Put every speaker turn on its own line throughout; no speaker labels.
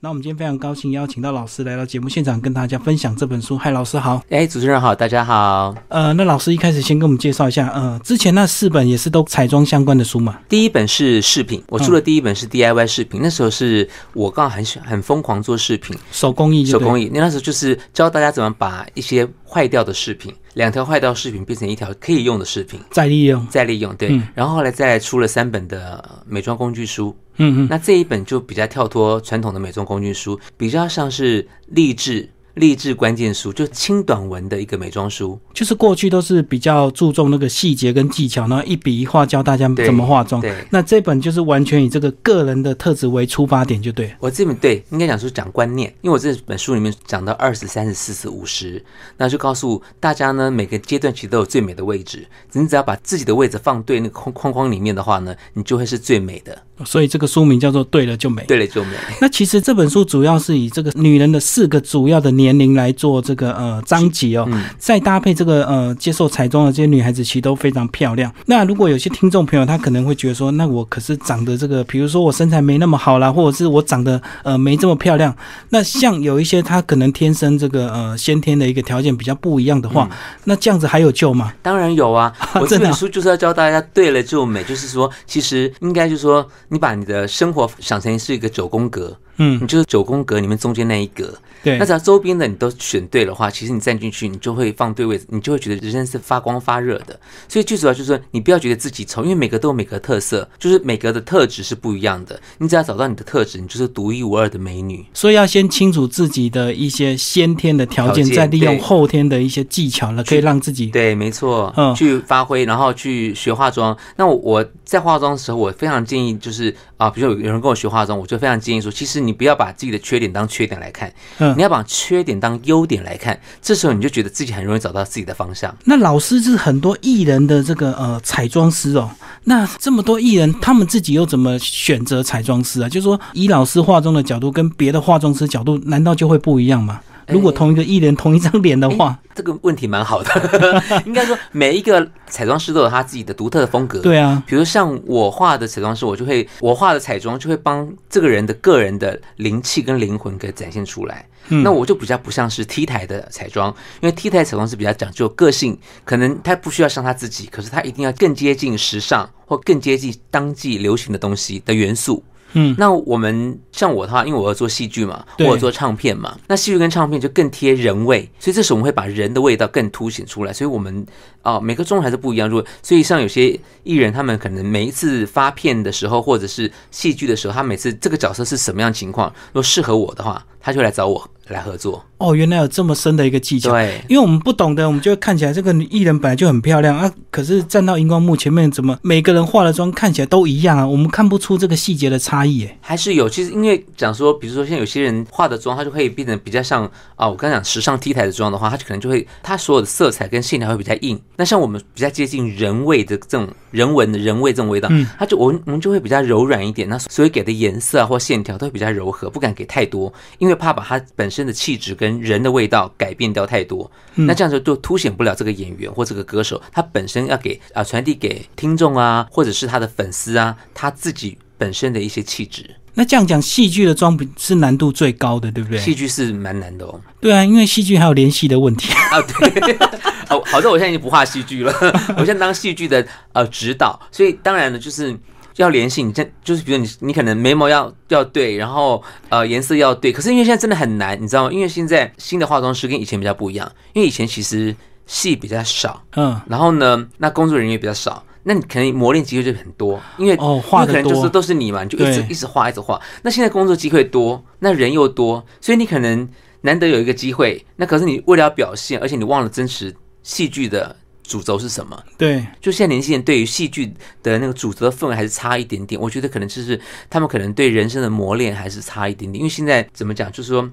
那我们今天非常高兴邀请到老师来到节目现场，跟大家分享这本书。嗨，老师好。
哎，主持人好，大家好。
呃，那老师一开始先跟我们介绍一下，呃，之前那四本也是都彩妆相关的书嘛？
第一本是饰品，我出的
嗯
第一本是 DIY 饰品，那时候是我刚好很喜很疯狂做饰品，
手工艺就
手
对
工艺。那那时候就是教大家怎么把一些坏掉的饰品，两条坏掉的饰品变成一条可以用的饰品，
再利用。
再利用。对，
嗯
然后后来再来出了三本的呃美妆工具书，
嗯嗯
那这一本就比较跳脱传统的美妆工具书，比较像是励志励志关键书，就轻短文的一个美妆书。
就是过去都是比较注重那个细节跟技巧，然后一笔一画教大家
对
怎么化妆。
对，
那这本就是完全以这个个人的特质为出发点，就对了。
我这本对应该讲说讲观念，因为我这本书里面讲到二十三十四十五十，那就告诉大家呢，每个阶段其实都有最美的位置，你只要把自己的位置放对那个框框框里面的话呢，你就会是最美的。
所以这个书名叫做《对了就美》。
对了，就美。
那其实这本书主要是以这个女人的四个主要的年龄来做这个呃章节哦，再搭配这个呃接受彩妆的这些女孩子，其实都非常漂亮。那如果有些听众朋友他可能会觉得说，那我可是长得这个，比如说我身材没那么好啦，或者是我长得呃没这么漂亮。那像有一些她可能天生这个呃先天的一个条件比较不一样的话，那这样子还有救吗？，
当然有啊 我这
真的啊
本书就是要教大家，对了就美，就是说，其实应该就是说，你把你的生活想成是一个九宫格，
嗯
你，就是九宫格里面中间那一格，
对
那，只要周边的你都选对的话，其实你站进去，你就会放对位置，你就会觉得人生是发光发热的。所以最主要就是说，你不要觉得自己丑，因为每个都有每个特色，就是每个的特质是不一样的。你只要找到你的特质，你就是独一无二的美女。
所以要先清楚自己的一些先天的条件，
条件
再利用
对
后天的一些技巧了，可以让自己
对，没错，
嗯
去发挥，然后去学化妆。那我我在化妆的时候，我非常建议就是啊，比如说有有人跟我学化妆，我就非常建议说，其实你不要把自己的缺点当缺点来看，
嗯
你要把缺点当优点来看，这时候你就觉得自己很容易找到自己的方向。
那老师是很多艺人的这个呃彩妆师哦，那这么多艺人，他们自己又怎么选择彩妆师啊？就是说，以老师化妆的角度跟别的化妆师角度，难道就会不一样吗？如果同一个艺人同一张脸的话，
哎这个问题蛮好的， 应该说每一个彩妆师都有他自己的独特的风格。，
对啊，
比如像我画的彩妆师，我就会我画的彩妆就会帮这个人的个人的灵气跟灵魂给展现出来。
嗯
那我就比较不像是 T 台的彩妆，因为 T 台彩妆是比较讲究个性，可能他不需要像他自己，可是他一定要更接近时尚或更接近当季流行的东西的元素。
嗯
那我们像我的话，因为我要做戏剧嘛，我
对
有做唱片嘛，那戏剧跟唱片就更贴人味，所以这时候我们会把人的味道更凸显出来。所以我们啊、每个中还是不一样。如果所以像有些艺人，他们可能每一次发片的时候，或者是戏剧的时候，他每次这个角色是什么样的情况，如果适合我的话，他就来找我来合作。
哦，原来有这么深的一个技巧。
对。
因为我们不懂的，我们就会看起来这个艺人本来就很漂亮啊，可是站到荧光幕前面，怎么每个人化了妆看起来都一样啊？我们看不出这个细节的差异、耶。
还是有，其实因为讲说，比如说像有些人化的妆，他就会变得比较像啊，我刚讲时尚 T 台的妆的话，他可能就会他所有的色彩跟线条会比较硬。那像我们比较接近人味的这种人文的人味这种味道，
嗯
它就我们我们就会比较柔软一点，那所以给的颜色啊或线条都会比较柔和，不敢给太多，因为怕把它本身的气质跟人的味道改变掉太多。那这样子就凸显不了这个演员或这个歌手他本身要给啊、传递给听众啊，或者是他的粉丝啊，他自己本身的一些气质。
那这样讲，戏剧的妆比是难度最高的，对不对？
戏剧是蛮难的哦。
对啊，因为戏剧还有联系的问题。
啊，对， 哦，好在我现在已经不画戏剧了， 我现在当戏剧的呃指导，所以当然呢，就是要联系你这，就是比如你你可能眉毛要要对，然后呃颜色要对，可是因为现在真的很难，你知道吗？因为现在新的化妆师跟以前比较不一样，因为以前其实戏比较少，
嗯，
然后呢，那工作人员也比较少，那你可能磨练机会就很多，因为
哦画
因为
得
可能就是
多
都是你嘛，你就一直
对
一直画一直画。那现在工作机会多，那人又多，所以你可能难得有一个机会，那可是你为了要表现，而且你忘了真实戏剧的主轴是什么。
对，
就现在年轻人对于戏剧的那个主责氛围还是差一点点，我觉得可能就是他们可能对人生的磨练还是差一点点，因为现在怎么讲，就是说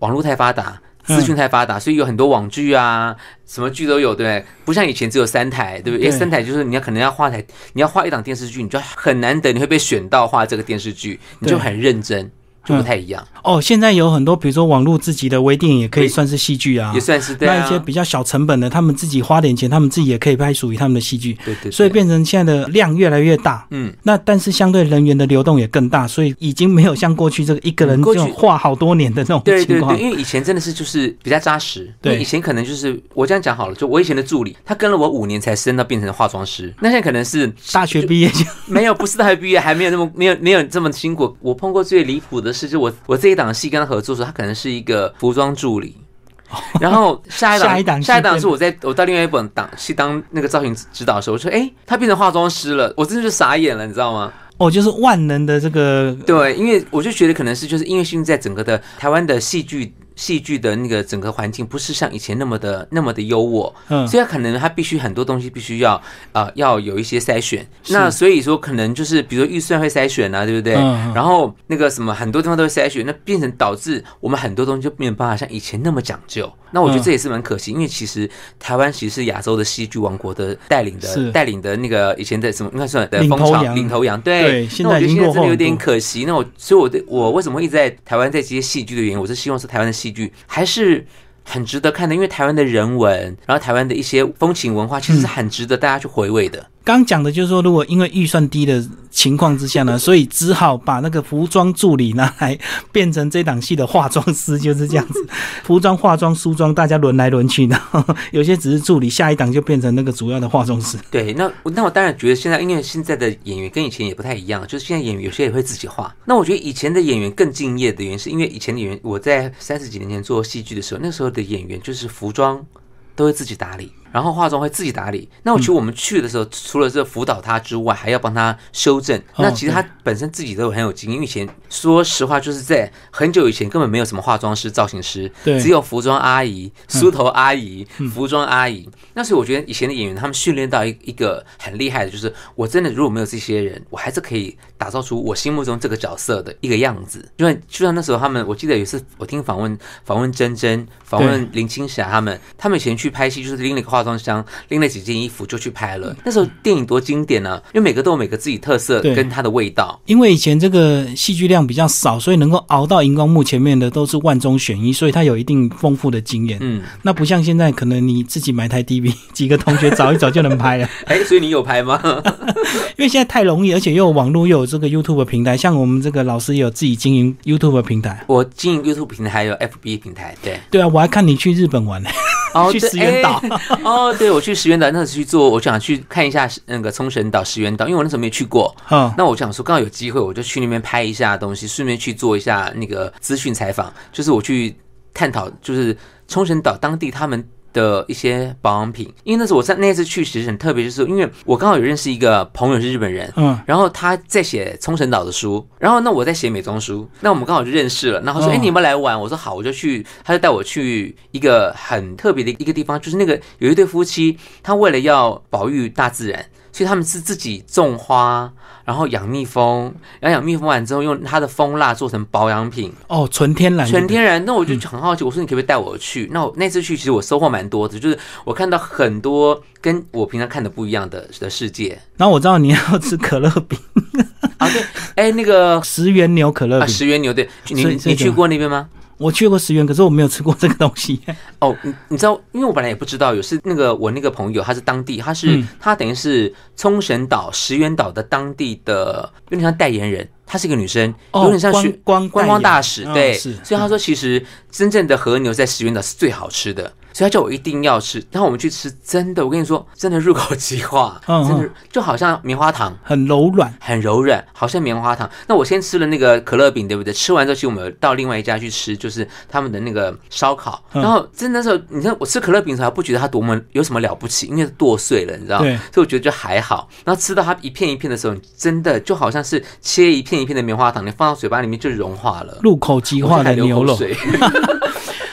网络太发达。
嗯
资讯太发达，所以有很多网剧啊，什么剧都有，对不对？不像以前只有三台，对不对？因为
对
三台就是你要可能要画台，你要画一档电视剧，你就很难得你会被选到画这个电视剧，你就
对
很认真。就不太一样，
哦，现在有很多，比如说网络自己的微电影也可以
微
算是戏剧啊
也，算是对
那
啊
一些，比较小成本的，他们自己花点钱，他们自己也可以拍属于他们的戏剧，
对对对，
所以变成现在的量越来越大。
嗯，
那但是相对人员的流动也更大，所以已经没有像过去这个一个人
嗯
这
过去
种画好多年的那种
对
情
对
况
对，。因为以前真的是就是比较扎实，
对
因为以前可能就是我这样讲好了，就我以前的助理，他跟了我五年才升到变成化妆师，那现在可能是
大学毕业就
没有，不是大学毕业，还没有那么没 有没有这么辛苦。我碰过最离谱的是，就我我这一档戏跟他合作的时候，他可能是一个服装 助理。然后下一档
下一档戏
下一档是我在我到另外一本档戏当那个造型指导的时候，我说哎，他变成化妆师了，我真的就傻眼了，你知道吗？
哦，就是万能的这个
对，因为我就觉得可能是就是因为现在整个的台湾的戏剧戏剧的那个整个环境不是像以前那么的那么的优渥，
嗯
所以它可能它必须很多东西必须要呃要有一些筛选。那所以说可能就是比如说预算会筛选啊，对不对？
嗯嗯
然后那个什么很多地方都会筛选，那变成导致我们很多东西就没有办法像以前那么讲究。那我觉得
嗯
这也是蛮可惜，因为其实台湾其实是亚洲的戏剧王国的带领
是
的带领的那个以前的什么应该算的
领
风
头
潮
羊
领头羊，对。
对
那
现
我
在
觉
已
得
经
现在
落
真
后
的有
很
点
多
可惜。那我，所以我对我为什么会一直在台湾在这些戏剧的原因，我是希望说台湾的戏剧还是很值得看的，因为台湾的人文，然后台湾的一些风情文化，其
嗯
实是很值得大家去回味的。
刚讲的就是说，如果因为预算低的情况之下呢，所以只好把那个服装助理拿来变成这档戏的化妆师，就是这样子。服装、化妆、梳妆，大家轮来轮去，然后 有些只是助理，下一档就变成那个主要的化妆师。
对，那我那我当然觉得现在，因为现在的演员跟以前也不太一样，就是现在演员有些也会自己画。那我觉得以前的演员更敬业的原因，是因为以前的演员，我在三十几年前做戏剧的时候，那时候的演员就是服装都会自己打理。然后化妆会自己打理。那我其实我们去的时候，除了这辅导他之外，还要帮他修正。
哦
那其实他本身自己都有很有经验。因为以前说实话，就是在很久以前根本没有什么化妆师、造型师，
对
只有服装阿姨、梳头阿姨、服装阿姨。那所以我觉得以前的演员，他们训练到一一个很厉害的，就是我真的如果没有这些人，我还是可以打造出我心目中这个角色的一个样子。就像就像那时候他们，我记得有一次我听访问访问珍珍、访问林青霞他们，他们以前去拍戏就是拎了一个化妆箱，拎了几件衣服就去拍了。那时候电影多经典啊，因为每个都有每个自己特色
对
跟它的味道。
因为以前这个戏剧量比较少，所以能够熬到荧光幕前面的都是万中选一，所以他有一定丰富的经验。
嗯，
那不像现在，可能你自己买台 DV，几个同学找一找就能拍了。
哎、所以你有拍吗？
因为现在太容易，而且又有网络，又有这个 YouTube 平台，像我们这个老师也有自己经营 YouTube 平台。
我经营 YouTube 平台还有 FB 平台，对。
对啊，我还看你去日本玩 呢。
哦，
去
对
石原岛
哎哦，对，我去石原岛那时去做，我想去看一下那个冲绳岛、石原岛，因为我那时候没去过。
嗯，
那我想说，刚好有机会，我就去那边拍一下东西，顺便去做一下那个资讯采访，就是我去探讨，就是冲绳岛当地他们。的一些保养品，因为那时候我在那次去，其实很特别，就是因为我刚好有认识一个朋友是日本人，
嗯，
然后他在写冲绳岛的书，然后那我在写美妆书，那我们刚好就认识了。然后他说：“
哦
哎、你们来玩？”我说：“好。”我就去，他就带我去一个很特别的一个地方，就是那个有一对夫妻，他为了要保育大自然，所以他们是自己种花，然后养蜜蜂，然后养蜜蜂完之后，用它的蜂蜡做成保养品，
哦，纯天然，
全天然。那我就很好奇，我说你可不可以带我去？那我那次去，其实我收获蛮多的，就是我看到很多跟我平常看的不一样的的世界。
然后我知道你要吃可乐 饼，
啊，对，哎，那个
十元牛可乐
啊，
饼。
石原牛对，你
所以
你
所以怎
你去
么
过那边吗？
我去过十元，可是我没有吃过这个东西。
哦，你你知道，因为我本来也不知道，有是那个我那个朋友，他是当地，他是、
嗯
他等于是冲绳岛、石原岛的当地的，有点像代言人，她是一个女生，
哦
有点像学
观光
观光大使，
代言
对，
嗯是
所以他说其实真正的和牛在石原岛是最好吃的。所以他叫我一定要吃，然后我们去吃，真的，我跟你说，真的入口即化，
嗯
真的
嗯
就好像棉花糖，
很柔软。
很柔软，好像棉花糖。那我先吃了那个可乐饼，对不对？吃完之后，其实我们有到另外一家去吃，就是他们的那个烧烤。
嗯
然后真的时候，你看我吃可乐饼的时候，还不觉得它多么有什么了不起，因为剁碎了，你知道
对
所以我觉得就还好。然后吃到它一片一片的时候，真的就好像是切一片一片的棉花糖，你放到嘴巴里面就融化了。
入口即化的牛
我就
肉
还流口。水，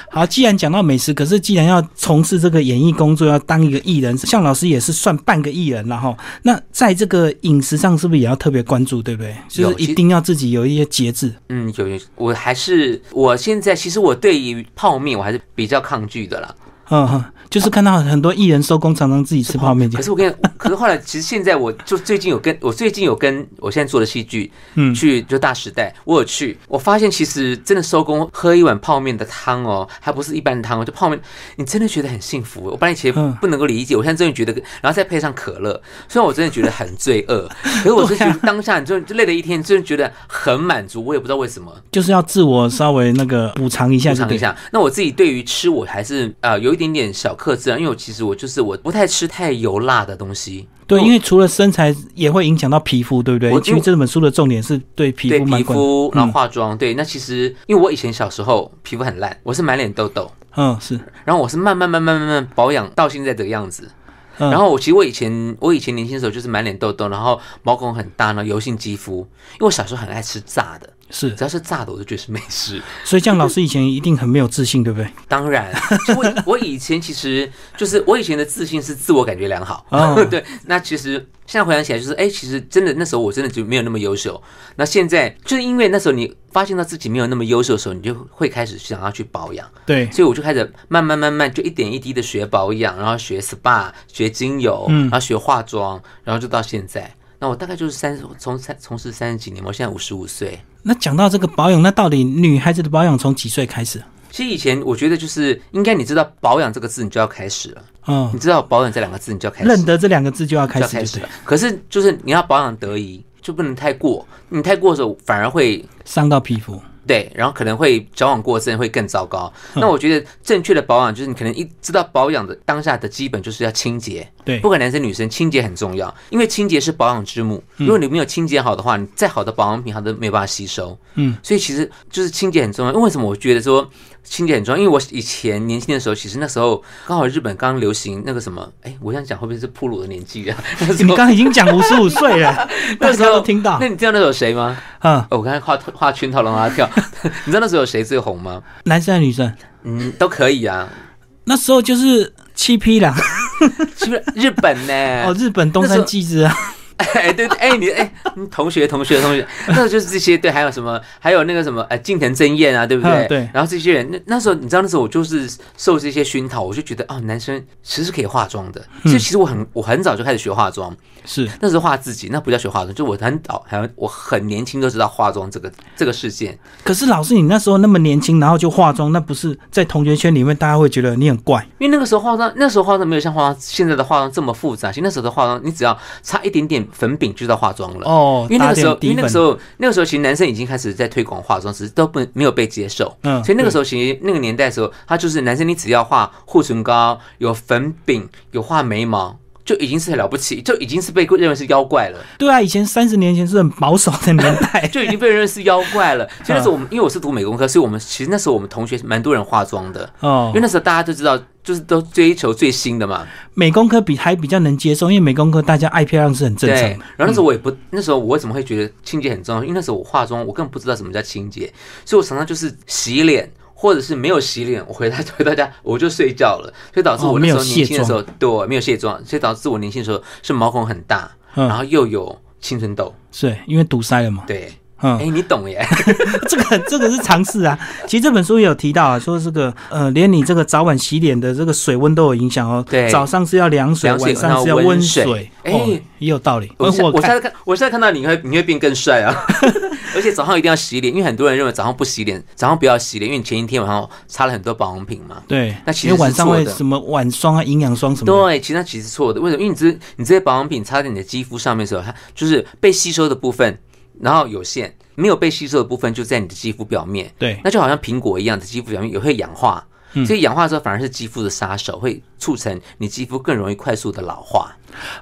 好，既然讲到美食，可是既然要从事这个演艺工作，要当一个艺人，向老师也是算半个艺人了哈。那在这个饮食上，是不是也要特别关注，对不对？就
有
是
其
一
实
定要自己有一些节制。
嗯，有有，我还是我现在其实我对于泡面我还是比较抗拒的啦。
嗯哼，就是看到很多艺人收工常常自己吃泡面这
可
样。
是我跟你，可是后来其实现在我就最近有跟我最近有跟我现在做的戏剧，
嗯
去就大时代，我有去，我发现其实真的收工喝一碗泡面的汤哦，还不是一般的汤哦，就泡面，你真的觉得很幸福。哦我本来以前
嗯
不能够理解，我现在真的觉得，然后再配上可乐，虽然我真的觉得很罪恶，可是我是觉
啊
得当下你就就累了一天，真的觉得很满足，我也不知道为什么。
就是要自我稍微那个补偿一下，
补
就
偿
对
一。下。那我自己对于吃，我还是呃有一点点小克制啊，因为我其实我就是我不太吃太油辣的东西，
对，
我
因为除了身材，也会影响到皮肤，对不对
我？
其实这本书的重点是对皮
对
肤蛮
皮
关。
肤，然后
嗯
化妆，对。那其实因为我以前小时候皮肤很烂，我是满脸痘痘，
嗯，是。
然后我是慢慢慢慢慢慢保养到现在这个样子。
嗯
然后我其实我以前我以前年轻的时候就是满脸痘痘，然后毛孔很大呢，油性肌肤。因为我小时候很爱吃炸的，
是
只，要是炸的我就觉得是美食。
所以这样老师以前一定很没有自信，对不对？
当然，其实我我以前其实就是我以前的自信是自我感觉良好，
哦
对。那其实现在回想起来，就是哎、其实真的那时候我真的就没有那么优秀。那现在就是因为那时候你发现到自己没有那么优秀的时候，你就会开始想要去保养，
对，
所以我就开始慢慢慢慢就一点一滴的学保养，然后学 SPA，学精油，
嗯
然后学化妆，然后就到现在。那我大概就是三从三从事三十几年嘛，我现在五十五岁。
那讲到这个保养，那到底女孩子的保养从几岁开始？
其实以前我觉得就是应该你知道“保养”这个字，你就要开始了。
嗯
你，知道保养这两个字，你就要开始，
认得这两个字就要开
就要
始，
开
对
始
对
了。。可是就是你要保养得宜，就不能太过，你太过的时候反而会
伤到皮肤。
对，然后可能会矫枉过正，会更糟糕。
嗯
那我觉得正确的保养就是你可能一知道保养的当下的基本就是要清洁，
对
不，管男生女生，清洁很重要，因为清洁是保养之母。
嗯
如果你没有清洁好的话，你再好的保养品它都没有办法吸收。
嗯，
所以其实就是清洁很重要。因为为什么我觉得说清洁很重要？因为我以前年轻的时候，其实那时候刚好日本刚流行那个什么，哎，我想讲会不会是铺鲁的年纪啊？ 那时
你
候
刚刚已经讲五十五岁了，大
那时
家
候
都听到
那。你知道那时候有谁吗？
嗯，
哦我刚才画画圈套让他跳。 你知道那时候有谁最红吗？
男生还是女生？
嗯，都可以啊。
那时候就是七匹狼
是不是日本呢、
哦，日本东
那时
山
候
纪之啊，
哎，对，对哎，你哎，你同学，同学，同学，那时候就是这些，对，还有什么，还有那个什么，呃，近藤真彦啊，对不对？
嗯对
然后这些人，那那时候你知道，那时候我就是受这些熏陶，我就觉得哦，男生其实是可以化妆的。
嗯
所以其实我很我很早就开始学化妆，
是
那时候化自己，那不叫学化妆，就我很早，很我很年轻就知道化妆这个这个事件。
可是老师，你那时候那么年轻，然后就化妆，那不是在同学圈里面大家会觉得你很怪？
因为那个时候化妆，那时候化妆没有像化妆现在的化妆这么复杂。其实那时候的化妆，你只要擦一点点粉饼就知道化妆了。
哦
因为那个时候
打，点低
因为那个
分
时候，那个时候其实男生已经开始在推广化妆，只是都不没有被接受。
嗯
所以那个时候其实那个年代的时候，他就是男生，你只要画护唇膏、有粉饼、有画眉毛，就已经是很了不起，就已经是被认为是妖 怪了，，
对啊，以前三十年前是很保守的年代
就已经被认为是妖怪了。
嗯
所以那时候我们，因为我是读美工科，所以我们其实那时候我们同学蛮多人化妆的，
哦
因为，那时候大家都知道，就是都追求最新的嘛。
美工科比还比较能接受，因为美工科大家爱漂亮是很正
对
常，嗯
然后那时候我也不，那时候我为什么会觉得清洁很重要？因为那时候我化妆，我根本不知道什么叫清洁，所以我常常就是洗脸，或者是没有洗脸，我回到回到家我就睡觉了，所以导致
哦
我那
没
时
有
候年轻的
卸
时候，对，没有卸妆，所以导致我年轻的时候是毛孔很大，
嗯
然后又有青春痘。
是因为堵塞了嘛。
对，
嗯
哎、，你懂耶？
这个这个是常识啊。其实这本书也有提到啊，说这个呃，连你这个早晚洗脸的这个水温都有影响哦。
对
早上是要凉水，
凉水
晚上是要
晚
温
上要温
水
水。
哦
哎，
也有道理。
我下
我
我
看
下次看，我下次看到你会你会变更帅啊！ 而且早上一定要洗脸，因为很多人认为早上不洗脸，早上不要洗脸，因为你前一天晚上擦了很多保养品嘛。
对，
那其
因
实
为晚上
是错
会
的
什么晚霜啊、营养霜什么的。
对，哦其实它其实错的，为什么？因为你这你这些保养品擦在你的肌肤上面的时候，它就是被吸收的部分，然后有限，没有被吸收的部分就在你的肌肤表面。
对，
那就好像苹果一样，你的肌肤表面也会氧化，所以氧化之后反而是肌肤的杀手，会促成你肌肤更容易快速的老化。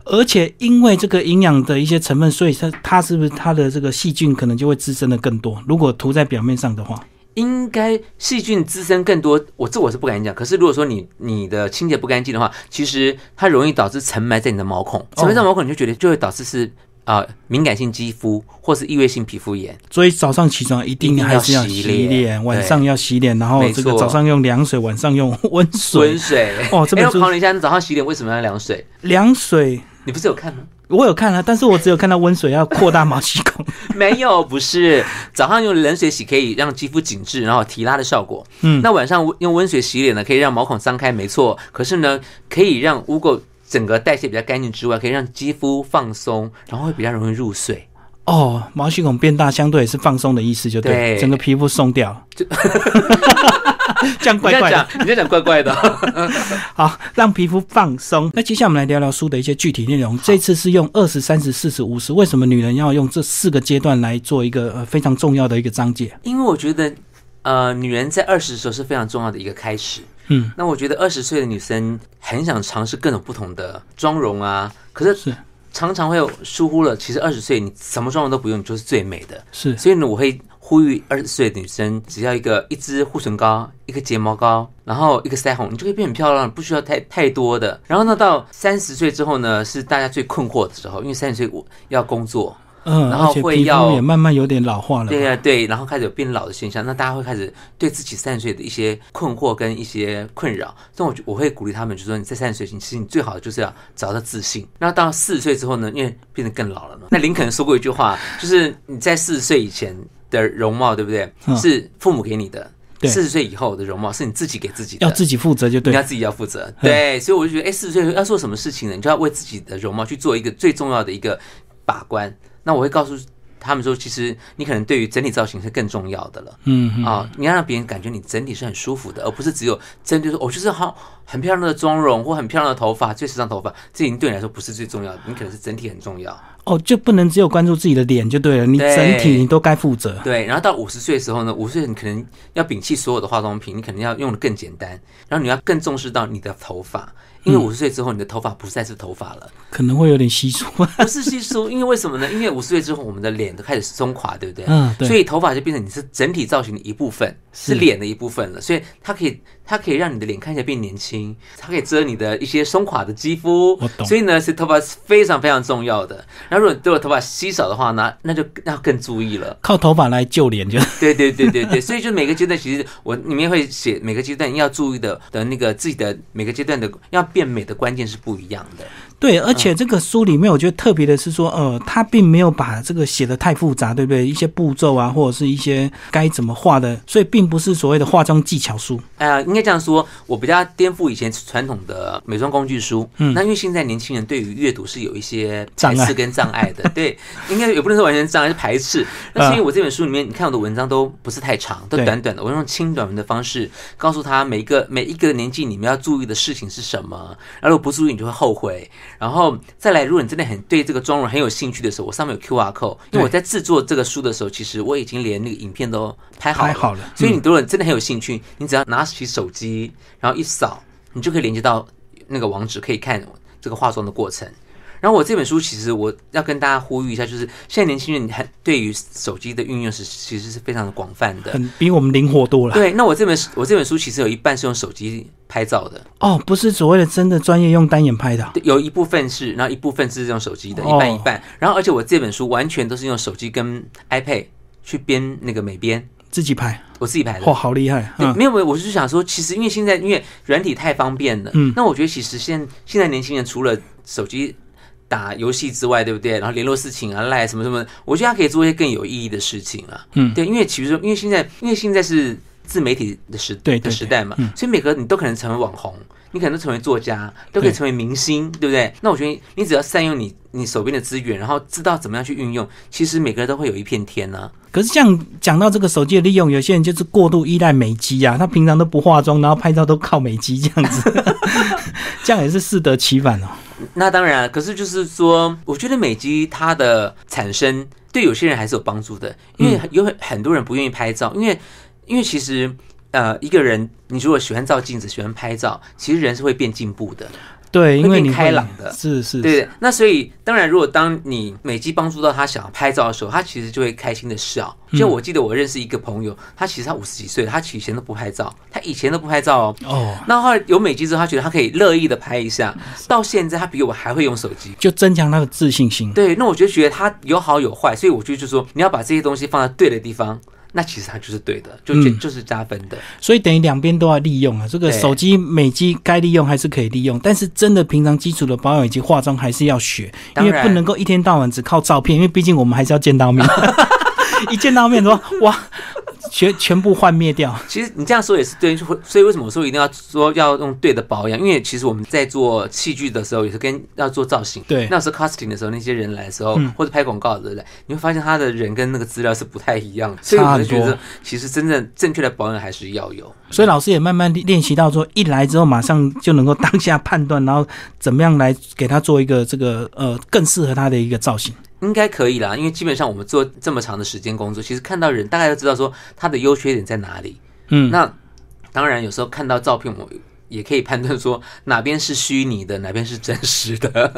而且因为这个营养的一些成分，所以它它是不是它的这个细菌可能就会滋生的更多？如果涂在表面上的话，
应该细菌滋生更多，我这我是不敢讲。可是如果说你你的清洁不干净的话，其实它容易导致尘埋在你的毛孔，尘埋在毛孔你就觉得就会导致是啊、呃敏感性肌肤或是异位性皮肤炎。
所以早上起床一定还是要洗
一定要洗脸
脸，晚上要洗脸，然后这
没
个
错
早上用凉水，晚上用温水
温。水。
哦这
哎
本
我
书
考你一下，你早上洗脸为什么要凉水？
凉水
你不是有看吗？
我有看啊，但是我只有看到温水要扩大毛细 孔。
没有，不是早上用冷水洗可以让肌肤紧致，然后提拉的效果。
嗯
那晚上用温水洗脸呢，可以让毛孔张开，没错。可是呢，可以让污垢整个代谢比较干净之外，可以让肌肤放松，然后会比较容易入睡。
哦，毛细孔变大，相对也是放松的意思，就对，
对
整个皮肤松掉了。 这样
你
怪
这样
怪的，
讲，你这样讲怪怪的。
好，让皮肤放松。那接下来我们来聊聊书的一些具体内容。这次是用二十三十、四十、五十，为什么女人要用这四个阶段来做一个呃非常重要的一个章节？
因为我觉得，呃，女人在二十的时候是非常重要的一个开始。
嗯，
那我觉得二十岁的女生很想尝试各种不同的妆容啊，可是
是
常常会有疏忽了。其实二十岁你什么妆容都不用，你就是最美的。
是
所以呢，我会呼吁二十岁的女生，只要一个一支护唇膏、一个睫毛膏，然后一个腮红，你就可以变很漂亮，不需要太太多的。然后呢，到三十岁之后呢，是大家最困惑的时候，因为三十岁我要工作，
嗯，
然后
而且
会
皮肤
要
也慢慢有点老化了。
对呀、对，然后开始有变老的现象，那大家会开始对自己三十岁的一些困惑跟一些困扰。但我我会鼓励他们，就说你在三十岁，你其实你最好就是要找到自信。那到四十岁之后呢，因为变得更老了嘛。那林肯说过一句话，就是你在四十岁以前的容貌，对不对？
嗯
是父母给你的。
对
四十岁以后的容貌是你自己给自己的，
要自己负责就对
你要
了。
自己要负责。对，所以我就觉得，哎，四十岁要做什么事情呢？你就要为自己的容貌去做一个最重要的一个把关。那我会告诉他们说，其实你可能对于整体造型是更重要的了。
嗯嗯，
啊、你要让别人感觉你整体是很舒服的，而不是只有针对说，我、就是好很漂亮的妆容或很漂亮的头发，最时尚头发，这已经对你来说不是最重要的，你可能是整体很重要。
哦，就不能只有关注自己的脸就对了，你
对
整体你都该负责。
对，然后到五十岁的时候呢，五十岁你可能要摒弃所有的化妆品，你可能要用的更简单，然后你要更重视到你的头发，因为
嗯
五十岁之后你的头发不再是头发了，
可能会有点稀疏。
不是稀疏，因为为什么呢？因为五十岁之后我们的脸都开始松垮，对不对？
嗯，对，
所以头发就变成你是整体造型的一部分，是
是
脸的一部分了。所以它可以，它可以让你的脸看起来变年轻，它可以遮你的一些松垮的肌肤
我。懂
所以呢，是头发是非常非常重要的。然后如果对我头发稀少的话呢，那就那更注意了。
靠头发来救脸就
对对对对对，所以就每个阶段，其实我里面会写每个阶段要注意的的那个自己的每个阶段的要变美的关键是不一样的。
对，而
嗯
且这个书里面我觉得特别的是说，呃，他并没有把这个写的太复杂，对不对？一些步骤啊，或者是一些该怎么画的，所以并不是所谓的化妆技巧书。
呃，应该这样说，我比较颠覆以前传统的美妆工具书。
嗯
那因为现在年轻人对于阅读是有一些
障
排
碍
斥跟障碍的，对，应该也不能说完全障碍，是 排斥。那是因为我这本书里面，你看我的文章都不是太长，都
对
短短的，我用轻短文的方式告诉他每一个每一个年纪你们要注意的事情是什么，然后如果不注意你就会后悔。然后再来，如果你真的很对这个妆容很有兴趣的时候，我上面有 Q R code，因
对
为我在制作这个书的时候，其实我已经连那个影片都拍好
拍
了，
好了
所以你如果真的很有兴趣，你只要拿起手机，然后一扫，你就可以连接到那个网址，可以看这个化妆的过程。然后我这本书其实我要跟大家呼吁一下，就是现在年轻人很对于手机的运用是其实是非常的广泛的。
很比我们灵活多了
对，那我这本我这本书其实有一半是用手机拍照的，
哦，不是所谓的真的专业用单眼拍的啊，
对有一部分是，然后一部分是用手机的，
哦
一半一半。然后而且我这本书完全都是用手机跟 iPad 去编那个美编，
自己拍，
我自己拍的。
哇，好厉害！
对，
嗯，
没有没有，我是想说，其实因为现在因为软体太方便了，
嗯
那我觉得其实现现在年轻人除了手机打游戏之外，对不对？然后联络事情啊、赖什么什么，我觉得他可以做一些更有意义的事情啊。
嗯
对，因为其实因为现在因为现在是自媒体的时
对对嗯
的时代嘛，所以每个你都可能成为网红，你可能都成为作家，都可以
对
成为明星，对不对？那我觉得你只要善用你你手边的资源，然后知道怎么样去运用，其实每个人都会有一片天啊呢、
可是这样讲到这个手机的利用，有些人就是过度依赖美肌啊，他平常都不化妆，然后拍照都靠美肌这样 子，这样也是适得其反哦。
那当然，可是就是说，我觉得美肌它的产生对有些人还是有帮助的，因为有很很多人不愿意拍照，因为因为其实呃，一个人你如果喜欢照镜子、喜欢拍照，其实人是会变进步的，
对，因为
会
你
变
会
开朗的
是是，
对对。那所以当然，如果当你美肌帮助到他想要拍照的时候，他其实就会开心的笑。像我记得我认识一个朋友，他其实他五十几岁了，他以前都不拍照，他以前都不拍照哦。
哦。
那后来有美肌之后，他觉得他可以乐意的拍一下，到现在他比我还会用手机。
就增强他的自信心。
对，那我就觉得它有好有坏，所以我就就说你要把这些东西放在对的地方，那其实它就是对的，就就
嗯
就是加分的。
所以等于两边都要利用啊。这个
对
手机美机该利用还是可以利用，但是真的平常基础的保养以及化妆还是要学，因
当
为
然
不能够一天到晚只靠照片，因为毕竟我们还是要见到 面。一见到面说哇，全全部幻灭掉。
其实你这样说也是对，所以为什么我说一定要说要用对的保养？因为其实我们在做器具的时候，也是跟要做造型。
对
那时候 casting 的时候，那些人来的时候，
嗯
或者拍广告的人来，你会发现他的人跟那个资料是不太一样的。所以
差
我
很
就觉
多
得，其实真正正确的保养还是要有。
所以老师也慢慢练习到说，一来之后马上就能够当下判断，然后怎么样来给他做一个这个呃更适合他的一个造型。
应该可以啦，因为基本上我们做这么长的时间工作，其实看到人大概就知道说他的优缺点在哪里。
嗯，
那当然有时候看到照片，我也可以判断说哪边是虚拟的，哪边是真实的，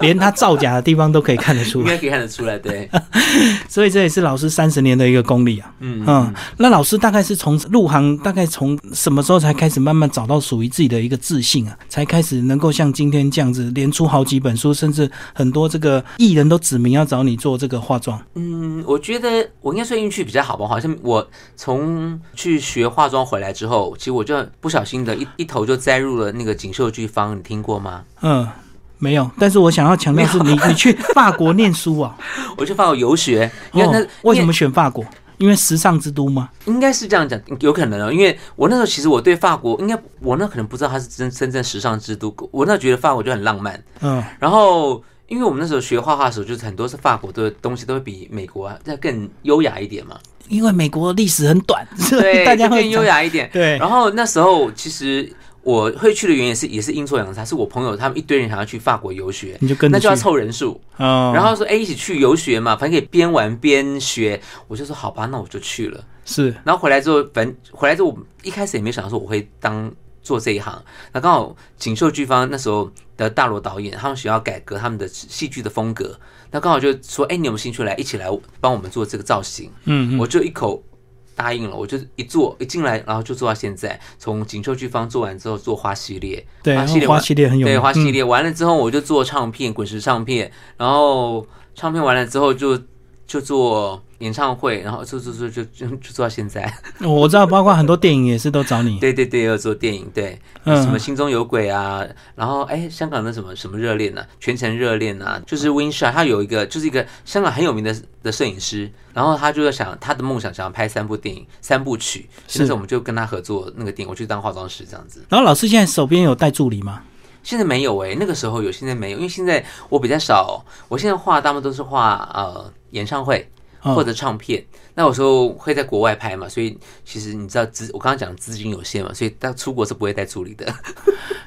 连他造假的地方都可以看得出
应
来，
该可以看得出 来。对，
所以这也是老师三十年的一个功力啊。
嗯
嗯，那老师大概是从入行，大概从什么时候才开始慢慢找到属于自己的一个自信啊，才开始能够像今天这样子连出好几本书，甚至很多这个艺人都指名要找你做这个化妆。
嗯，我觉得我应该算运气比较好吧。好像我从去学化妆回来之后，其实我就不小心的一一头就栽入了那个锦绣剧方，你听过 吗？
嗯，没有，但是我想要强调是你你去法国念书 啊，
我去法国游学，你看那、
哦、为什
么？
么选法国？因为时尚之都吗？
应该是这样讲，有可能哦，因为我那时候其实我对法国，应该我那可能不知道它是真真正时尚之都，我那觉得法国就很浪漫。
嗯，
然后因为我们那时候学画画的时候，就是很多是法国的东西都会比美国啊再更优雅一点嘛，
因为美国历史很短， 所以
对，
大家
就
会
更优
讲。
雅一点。
对，
然后那时候其实我会去的原因也是也是阴错阳差，是我朋友他们一堆人想要去法国游学，
你就跟
那
着去
就要。凑人数，
嗯，
然后说哎一起去游学嘛，反正可以边玩边学，我就说好吧，那我就去了。
是
然后回来之后，反正回来之后，我一开始也没想到说我会当做这一行。那刚好锦绣剧方那时候的大罗导演，他们想要改革他们的戏剧的风格，那刚好就说：“哎，你有没有兴趣来一起来帮我们做这个造型？”
嗯嗯
我就一口答应了，我就一做一进来，然后就做到现在。从锦绣剧方做完之后，做花系列，
对，
花系列
花
完
系列很有名，
对花系
嗯
列、完了之后，我就做唱片，滚石唱片，然后唱片完了之后就就做演唱会，然后做做做就就就做到现在。
嗯我知道，包括很多电影也是都找你。
对对对，有做电影，对，
嗯
什么心中有鬼啊，然后哎，香港的什么什么热恋呢、全程热恋啊，就是 Win Shot，他有一个就是一个香港很有名的的摄影师，然后他就在想他的梦想想要拍三部电影三部曲，
是
那时候我们就跟他合作那个电影，我去当化妆师这样子。
然后老师现在手边有带助理吗？
现在没有哎、那个时候有，现在没有，因为现在我比较少，我现在画大部分都是画呃演唱会，
哦
或者唱片。那有时候会在国外拍嘛，所以其实你知道资，我刚刚讲资金有限嘛，所以到出国是不会带助理的。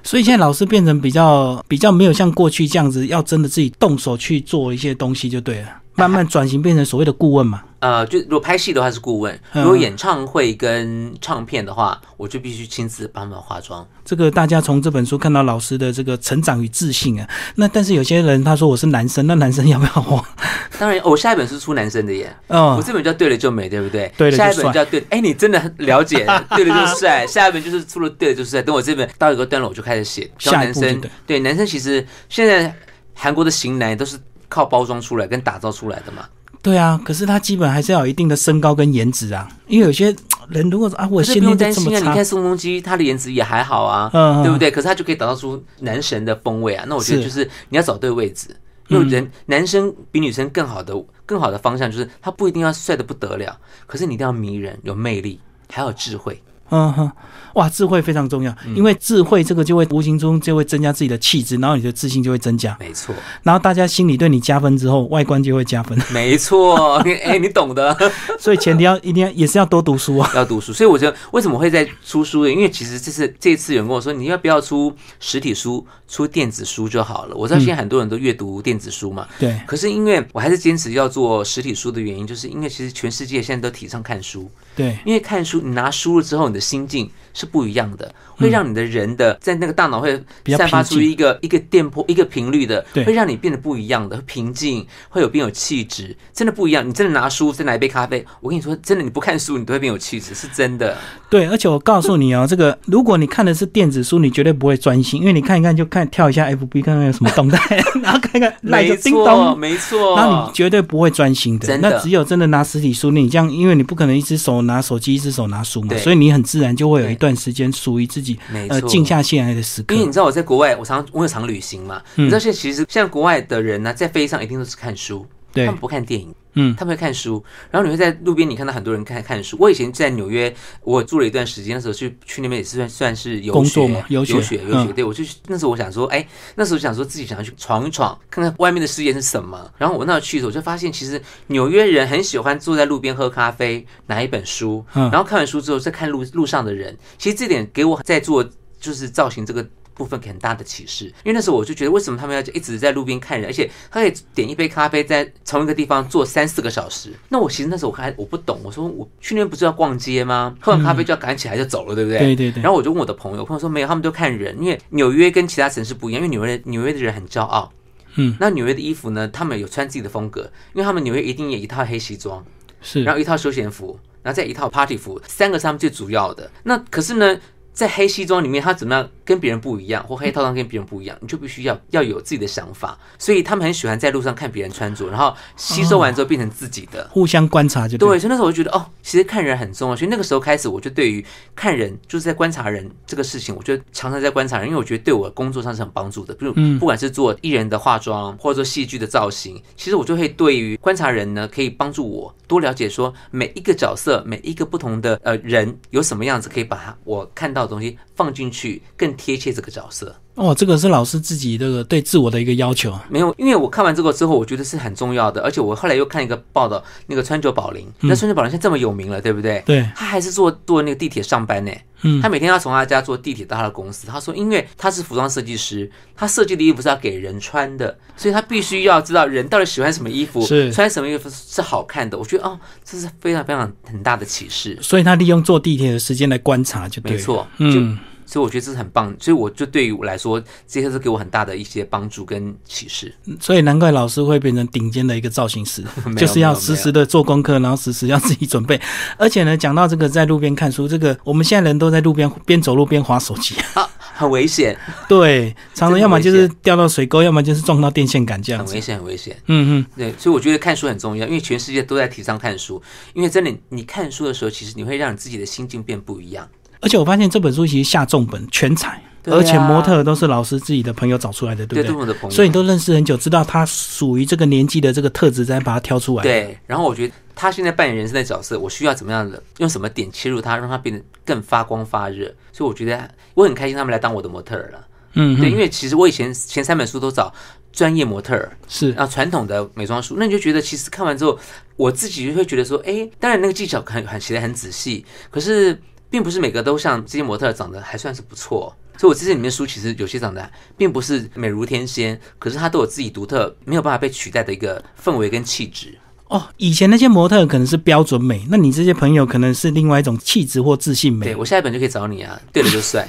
所以现在老师变成比较比较没有像过去这样子，要真的自己动手去做一些东西就对了，慢慢转型变成所谓的顾问嘛。
呃，就如果拍戏的话是顾问，
嗯
如果演唱会跟唱片的话，我就必须亲自帮忙化妆。
这个大家从这本书看到老师的这个成长与自信啊。那但是有些人他说我是男生，那男生要不要我？
当然，哦我、下一本是出男生的耶，我
嗯，
这本叫对了就美，对不对？
对了就
下
帅
一本叫对，哎、你真的很 了解，对了就帅。下一本就是出了对了就帅。等我这本到一个段落，我就开始写。教
下一
男
步就
生
对
对男生其实现在韩国的型男都是靠包装出来跟打造出来的嘛。
对啊，可是他基本还是要有一定的身高跟颜值啊，因为有些人如果说啊我
可是
先
不用
天
担
就这
心
么
啊，你
差
看，宋仲基，他的颜值也还好啊，
嗯嗯
对不对？可是他就可以打造出男神的风味啊。那我觉得
是嗯
就是你要找对位置，因为人、男生比女生更好的更好的方向就是他不一定要帅的不得了，可是你一定要迷人、有魅力，还有智慧。
嗯哼，哇，智慧非常重要，
嗯
因为智慧这个就会无形中就会增加自己的气质，然后你的自信就会增加，
没错，
然后大家心里对你加分之后，外观就会 加分，
没错， 哎，你懂的，
所以前提要一定要也是要多读书 啊。
要读书。所以我觉得为什么会在出书呢？因为其实这次这次有人跟我说，你要不要出实体书，出电子书就好了。我
嗯
知道现在很多人都阅读电子书嘛，
对，
可是因为我还是坚持要做实体书的原因，就是因为其实全世界现在都提倡看书，
对，
因为看书，你拿输入之后，你的心境是不一样的，会让你的人的在那个大脑会
嗯比较
散发
平
出
静
一个一个电波、一个频率的
对，
会让你变得不一样的，会平静，会有变有气质，真的不一样。你真的拿书，再拿一杯咖啡，我跟你说，真的，你不看书，你都会变有气质，是 真的。
对，而且我告诉你哦，这个如果你看的是电子书，你绝对不会专心，因为你看一看就看跳一下 FB，看看有什么动态，然后看看来就
没
叮
错，
咚，
没错。
然后你绝对不会专心的。
真的
那只有真的拿实体书，你这样，因为你不可能一只手拿手机，一只手拿书嘛，
对
所以你很自然就会有
对
一段时间属于自己
没
呃
错，嗯
静下心来的时刻
因为。你知道我在国外，我常我有常旅行嘛，
嗯
你知道现在其实像国外的人呢、在飞机上一定都是看书，他
对
们，不看电影，
嗯
他们会看书。然后你会在路边你看到很多人看看书。我以前在纽约，我住了一段时间，那时候去去那边也是算算是游
工
学
作嘛游学
游学游学。
嗯
对我就去那时候我想说，哎，那时候想说自己想要去闯一闯，看看外面的世界是什么。然后我那时候去的时候，我就发现其实纽约人很喜欢坐在路边喝咖啡，拿一本书，
嗯
然后看完书之后再看路路上的人。其实这点给我在做就是造型这个。部分很大的启示，因为那时候我就觉得，为什么他们要一直在路边看人，而且他可以点一杯咖啡，在同一个地方坐三四个小时。那我其实那时候我还我不懂，我说我去那边不是要逛街吗？喝完咖啡就要赶起来就走了，对不对？
嗯对对对
然后我就问我的朋友，朋友说没有，他们都看人，因为纽约跟其他城市不一样，因为纽约纽约的人很骄傲。
嗯，
那纽约的衣服呢，他们有穿自己的风格，因为他们纽约一定有一套黑西装，
是
然后一套休闲服，然后再一套 party 服，三个是他们最主要的。那可是呢，在黑西装里面，他怎么样跟别人不一样，或黑套装跟别人不一样，你就必须要要有自己的想法。所以他们很喜欢在路上看别人穿着，然后吸收完之后变成自己的。
互相观察就
对，
对。
所以那时候我就觉得，哦，其实看人很重要。所以那个时候开始，我就对于看人，就是在观察人这个事情，我就常常在观察人，因为我觉得对我工作上是很帮助的。比如，不管是做艺人的化妆，或者做戏剧的造型，其实我就会对于观察人呢，可以帮助我多了解说每一个角色、每一个不同的呃人有什么样子，可以把他我看到的东西放进去，更贴切这个角色。
哦，这个是老师自己这个对自我的一个要求。
没有，因为我看完这个之后，我觉得是很重要的。而且我后来又看一个报道，那个川久保玲，那川久保玲现在这么有名了，对不对？
对，
他还是坐坐那个地铁上班呢。
嗯
他每天要从他家坐地铁到他的公司。他说，因为他是服装设计师，他设计的衣服是要给人穿的，所以他必须要知道人到底喜欢什么衣服，
是
穿什么衣服是好看的。我觉得哦，这是非常非常很大的启示。
所以他利用坐地铁的时间来观察就对。
没，错，
嗯，
所以我觉得这是很棒。所以我就对于我来说，这些是给我很大的一些帮助跟启示。
所以难怪老师会变成顶尖的一个造型师
没有，
就是要时
没有
时的做功课，然后时时要自己准备。 而且呢，讲到这个在路边看书，这个我们现在人都在路边边走路边划手机，
啊，很危险，
对，常常
真的
要么
危
就是掉到水沟，要么就是撞到电线杆这样
很
子。
危险，很危险。
嗯嗯，
对，所以我觉得看书很重要，因为全世界都在提倡看书。因为真的，你看书的时候，其实你会让你自己的心境变不一样。
而且我发现这本书其实下重本全彩，
对啊
而且模特儿都是老师自己的朋友找出来的，对不
对，对
对？
我的朋友，
所以你都认识很久，知道他属于这个年纪的这个特质，再把它挑出来。，
对。然后我觉得他现在扮演人生的角色，我需要怎么样的，用什么点切入他，让他变得更发光发热。所以我觉得我很开心他们来当我的模特儿了。
嗯，
对，因
嗯，
为其实我以前前三本书都找专业模特儿，
是
然后啊传统的美妆书，那你就觉得其实看完之后，我自己就会觉得说，哎，当然那个技巧很很写的很仔细，可是并不是每个都像这些模特儿长得还算是不错。所以我之前里面书其实有些长得并不是美如天仙，可是它都有自己独特、没有办法被取代的一个氛围跟气质。
哦，以前那些模特可能是标准美，那你这些朋友可能是另外一种气质或自信
对
美。
我下一本就可以找你啊，对了就帅。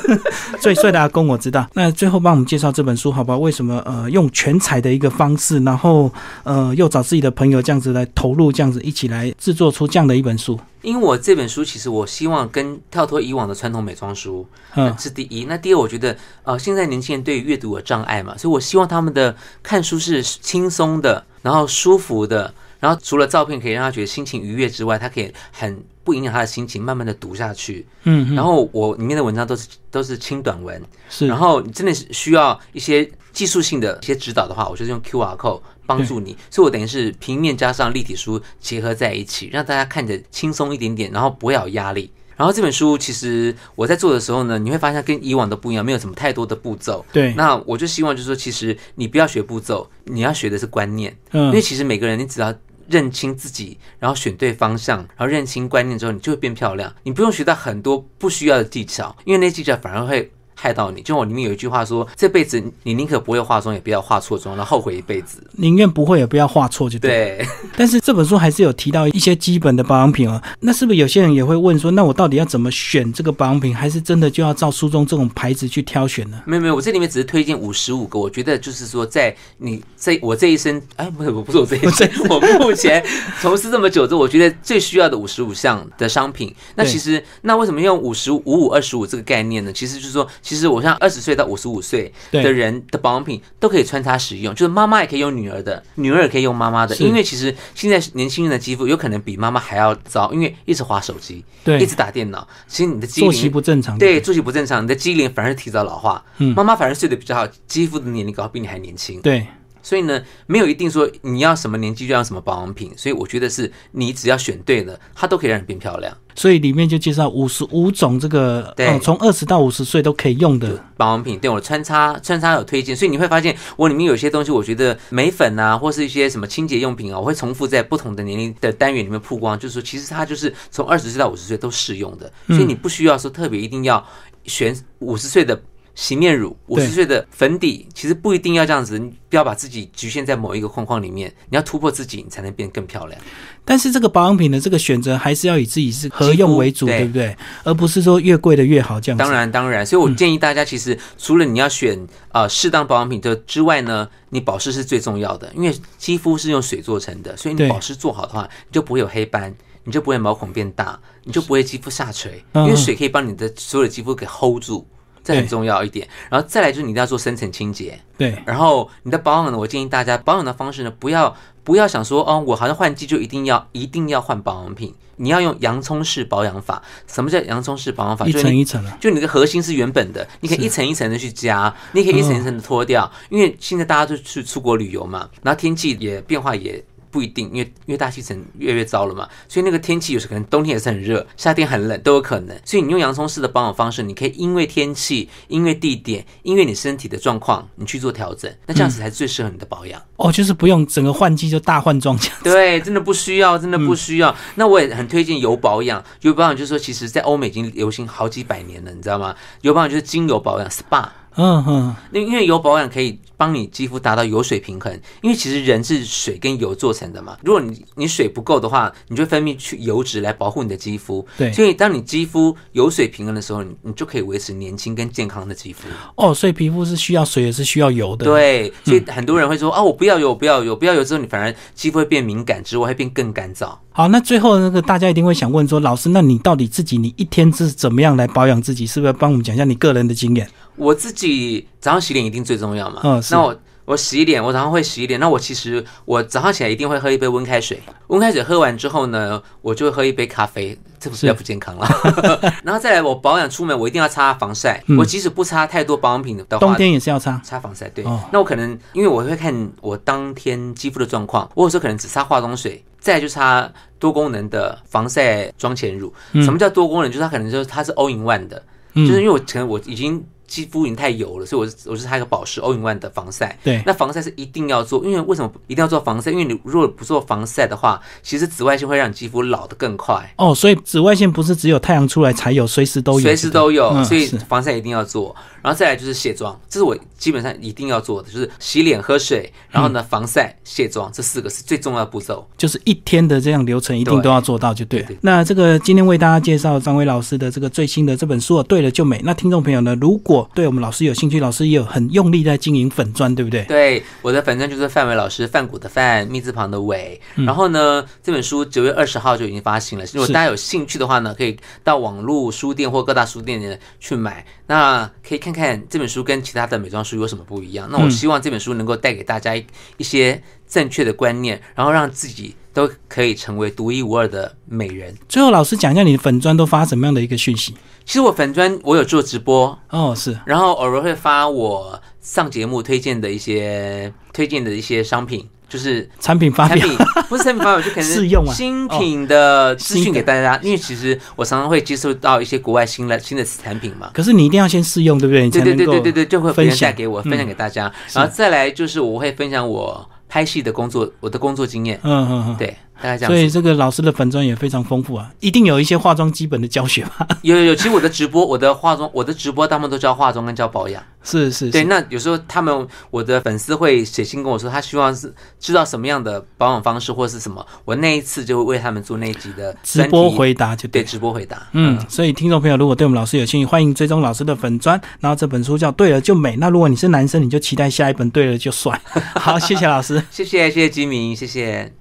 最帅的阿公我知道。那最后帮我们介绍这本书好不好？为什么呃用全彩的一个方式，然后呃又找自己的朋友这样子来投入，这样子一起来制作出这样的一本书？
因为我这本书其实我希望跟跳脱以往的传统美妆书，
嗯，
是第一。那第二，我觉得呃，现在年轻人对于阅读有障碍嘛，所以我希望他们的看书是轻松的，然后舒服的，然后除了照片可以让他觉得心情愉悦之外，他可以很不影响他的心情，慢慢的读下去。
嗯哼，
然后我里面的文章都是都是轻短文，
是，
然后你真的是需要一些技术性的一些指导的话，我就是用 QR code 帮助你，所以我等于是平面加上立体书结合在一起，让大家看着轻松一点点，然后不要有压力。然后这本书其实我在做的时候呢，你会发现跟以往的不一样，没有什么太多的步骤。
对，
那我就希望就是说，其实你不要学步骤，你要学的是观念。因
嗯
为，其实每个人你只要认清自己，然后选对方向，然后认清观念之后，你就会变漂亮。你不用学到很多不需要的技巧，因为那些技巧反而会。害到你。就我里面有一句话说，这辈子你宁可不会化妆，也不要化错妆，然后后悔一辈子。
宁愿不会也不要画错就对。
对，
但是这本书还是有提到一些基本的保养品哦。那是不是有些人也会问说，那我到底要怎么选这个保养品？还是真的就要照书中这种牌子去挑选呢？
没有没有，我这里面只是推荐五十五个，我觉得就是说，在你这我这一生，哎，不是，我不是我这一生， 我目前从事这么久之后，我觉得最需要的五十五项的商品。那
对
其实，那为什么用五十五五二十五这个概念呢？其实就是说，其实我像二十岁到五十五岁
对
的人的保养品都可以穿插使用，就是妈妈也可以用女儿的，女儿也可以用妈妈的，
是
因为其实现在年轻人的肌肤有可能比妈妈还要糟，因为一直划手机，一
对
直，打电脑，其实你的肌
作息
龄
不正常。
对，作息不正常，你的机龄反而提早老化。
嗯
妈妈反而睡得比较好，肌肤的年龄搞得比你还年轻。
对，
所以呢，没有一定说你要什么年纪就要什么保养品。所以我觉得是你只要选对了，它都可以让你变漂亮。
所以里面就介绍五十五种这个，
对
呃从二十到五十岁都可以用的。
保养品对我穿插穿插有推荐，所以你会发现我里面有些东西，我觉得眉粉啊，或是一些什么清洁用品啊，我会重复在不同的年龄的单元里面曝光，就是说其实它就是从二十岁到五十岁都适用的，所以你不需要说特别一定要选五十岁的。洗面乳，五
对
十岁的粉底，其实不一定要这样子，你不要把自己局限在某一个框框里面，你要突破自己，你才能变更漂亮。
但是这个保养品的这个选择还是要以自己是合用为主，
肌肤
对
对
不对？而不是说越贵的越好这样子。
当然，当然，
嗯
所以我建议大家，其实除了你要选呃适当保养品的之外呢，你保湿是最重要的，因为肌肤是用水做成的，所以
对
你保湿做好的话，你就不会有黑斑，你就不会毛孔变大，你就不会肌肤下垂，
嗯
因为水可以帮你的所有的肌肤给 hold 住，这很重要一点。然后再来就是你一定要做深层清洁，
对。
然后你的保养呢，我建议大家保养的方式呢，不要不要想说，哦，我好像换季就一定要一定要换保养品，你要用洋葱式保养法。什么叫洋葱式保养法？
一
就是
层
你
一层啊，
就你的核心是原本的，你可以一层一层的去加，你可以一层一层的脱掉，因为现在大家都去出国旅游嘛，然后天气也变化也。不一定，因为因为大气层越来越糟了嘛，所以那个天气有时可能冬天也是很热，夏天很冷都有可能。所以你用洋葱式的保养方式，你可以因为天气、因为地点、因为你身体的状况，你去做调整，那这样子才是最适合你的保养。
哦，就是不用整个换季就大换装这样。
对，真的不需要，真的不需要。那我也很推荐油保养，油保养就是说，其实在欧美已经流行好几百年了，你知道吗？油保养就是精油保养 SPA。
嗯嗯，
那因为油保养可以帮你肌肤达到油水平衡，因为其实人是水跟油做成的嘛。如果你你水不够的话，你就会分泌去油脂来保护你的肌肤。
对
所以当你肌肤油水平衡的时候，你你就可以维持年轻跟健康的肌肤。
哦，所以皮肤是需要水也是需要油的。，
对，所以很多人会说啊，我不要油，我不要油，不要油之后，你反而肌肤会变敏感，之外会变更干燥。
好，那最后那个大家一定会想问说，老师，那你到底自己你一天是怎么样来保养自己？是不是要帮我们讲一下你个人的经验？
我自己早上洗脸一定最重要嘛。
嗯是
那我我洗脸，我早上会洗脸。那我其实我早上起来一定会喝一杯温开水，温开水喝完之后呢，我就会喝一杯咖啡，这不
是
是比较不健康了。 然后再来，我保养出门我一定要擦防晒。
嗯
我即使不擦太多保养品的
冬
话。
天也是要擦。
擦防晒对，
哦
那我可能因为我会看我当天肌肤的状况，我有时候可能只擦化妆水，再来就擦多功能的防晒妆前乳。
嗯
什么叫多功能？就是它可能就是它是 all in one 的，
嗯，
就是因为我可能我已经肌肤已经太油了，所以我是我是擦一个保湿 All in One 的防晒。
对
那防晒是一定要做，因为为什么一定要做防晒？因为你如果不做防晒的话，其实紫外线会让你肌肤老得更快。
哦，所以紫外线不是只有太阳出来才有，随时都有。
随时都有，
嗯
所以
是
防晒一定要做。然后再来就是卸妆，这是我基本上一定要做的，就是洗脸、喝水，然后
嗯
呢防晒、卸妆，这四个是最重要的步骤。
就是一天的这样流程一定
对
都要做到，就对。
对对
那这个今天为大家介绍张伟老师的这个最新的这本书哦，对了就美。那听众朋友呢，如果对我们老师有兴趣，老师也有很用力在经营粉砖，对不对？
对，我的粉钻就是范伟老师，范谷的范，密字旁的伟。然后呢，这本书九月二十号就已经发行了，如果
是
大家有兴趣的话呢，可以到网络书店或各大书店去买。那可以看看这本书跟其他的美妆书有什么不一样。那我希望这本书能够带给大家一一些正确的观念，然后让自己都可以成为独一无二的美人。
最后老师讲一下你的粉砖都发什么样的一个讯息？
其实我粉砖我有做直播，
哦，是
然后偶尔会发我上节目推荐的一些推荐的一些商品，就是
产品发
产
表。
品不是产品发表，就可能
试用啊
新品的资
新
讯
的
给大家。因为其实我常常会接受到一些国外新来新的产品嘛，
可是你一定要先试用，对不对？你才
对
能
对对
够
对对对，就会别
分
人
享嗯
带给我分享给大家，然后再来就是我会分享我拍戏的工作，我的工作经验。
嗯嗯嗯。
对，大概这样
所
子。
以这个老师的粉砖也非常丰富啊，一定有一些化妆基本的教学吧？
有有有，其实我的直播，我的化妆，我的直播他们都教化妆跟教保养。
是是
对，
是，
那有时候他们我的粉丝会写信跟我说，他希望是知道什么样的保养方式或是什么，我那一次就会为他们做那一集的
直播
专题
回答就对
对。直播回答。
嗯，所以听众朋友，如果对我们老师有兴趣，欢迎追踪老师的粉砖。然后这本书叫《对了就美》，那如果你是男生，你就期待下一本《对了就帅》。好，谢谢老师。
谢谢谢谢吉明，谢谢。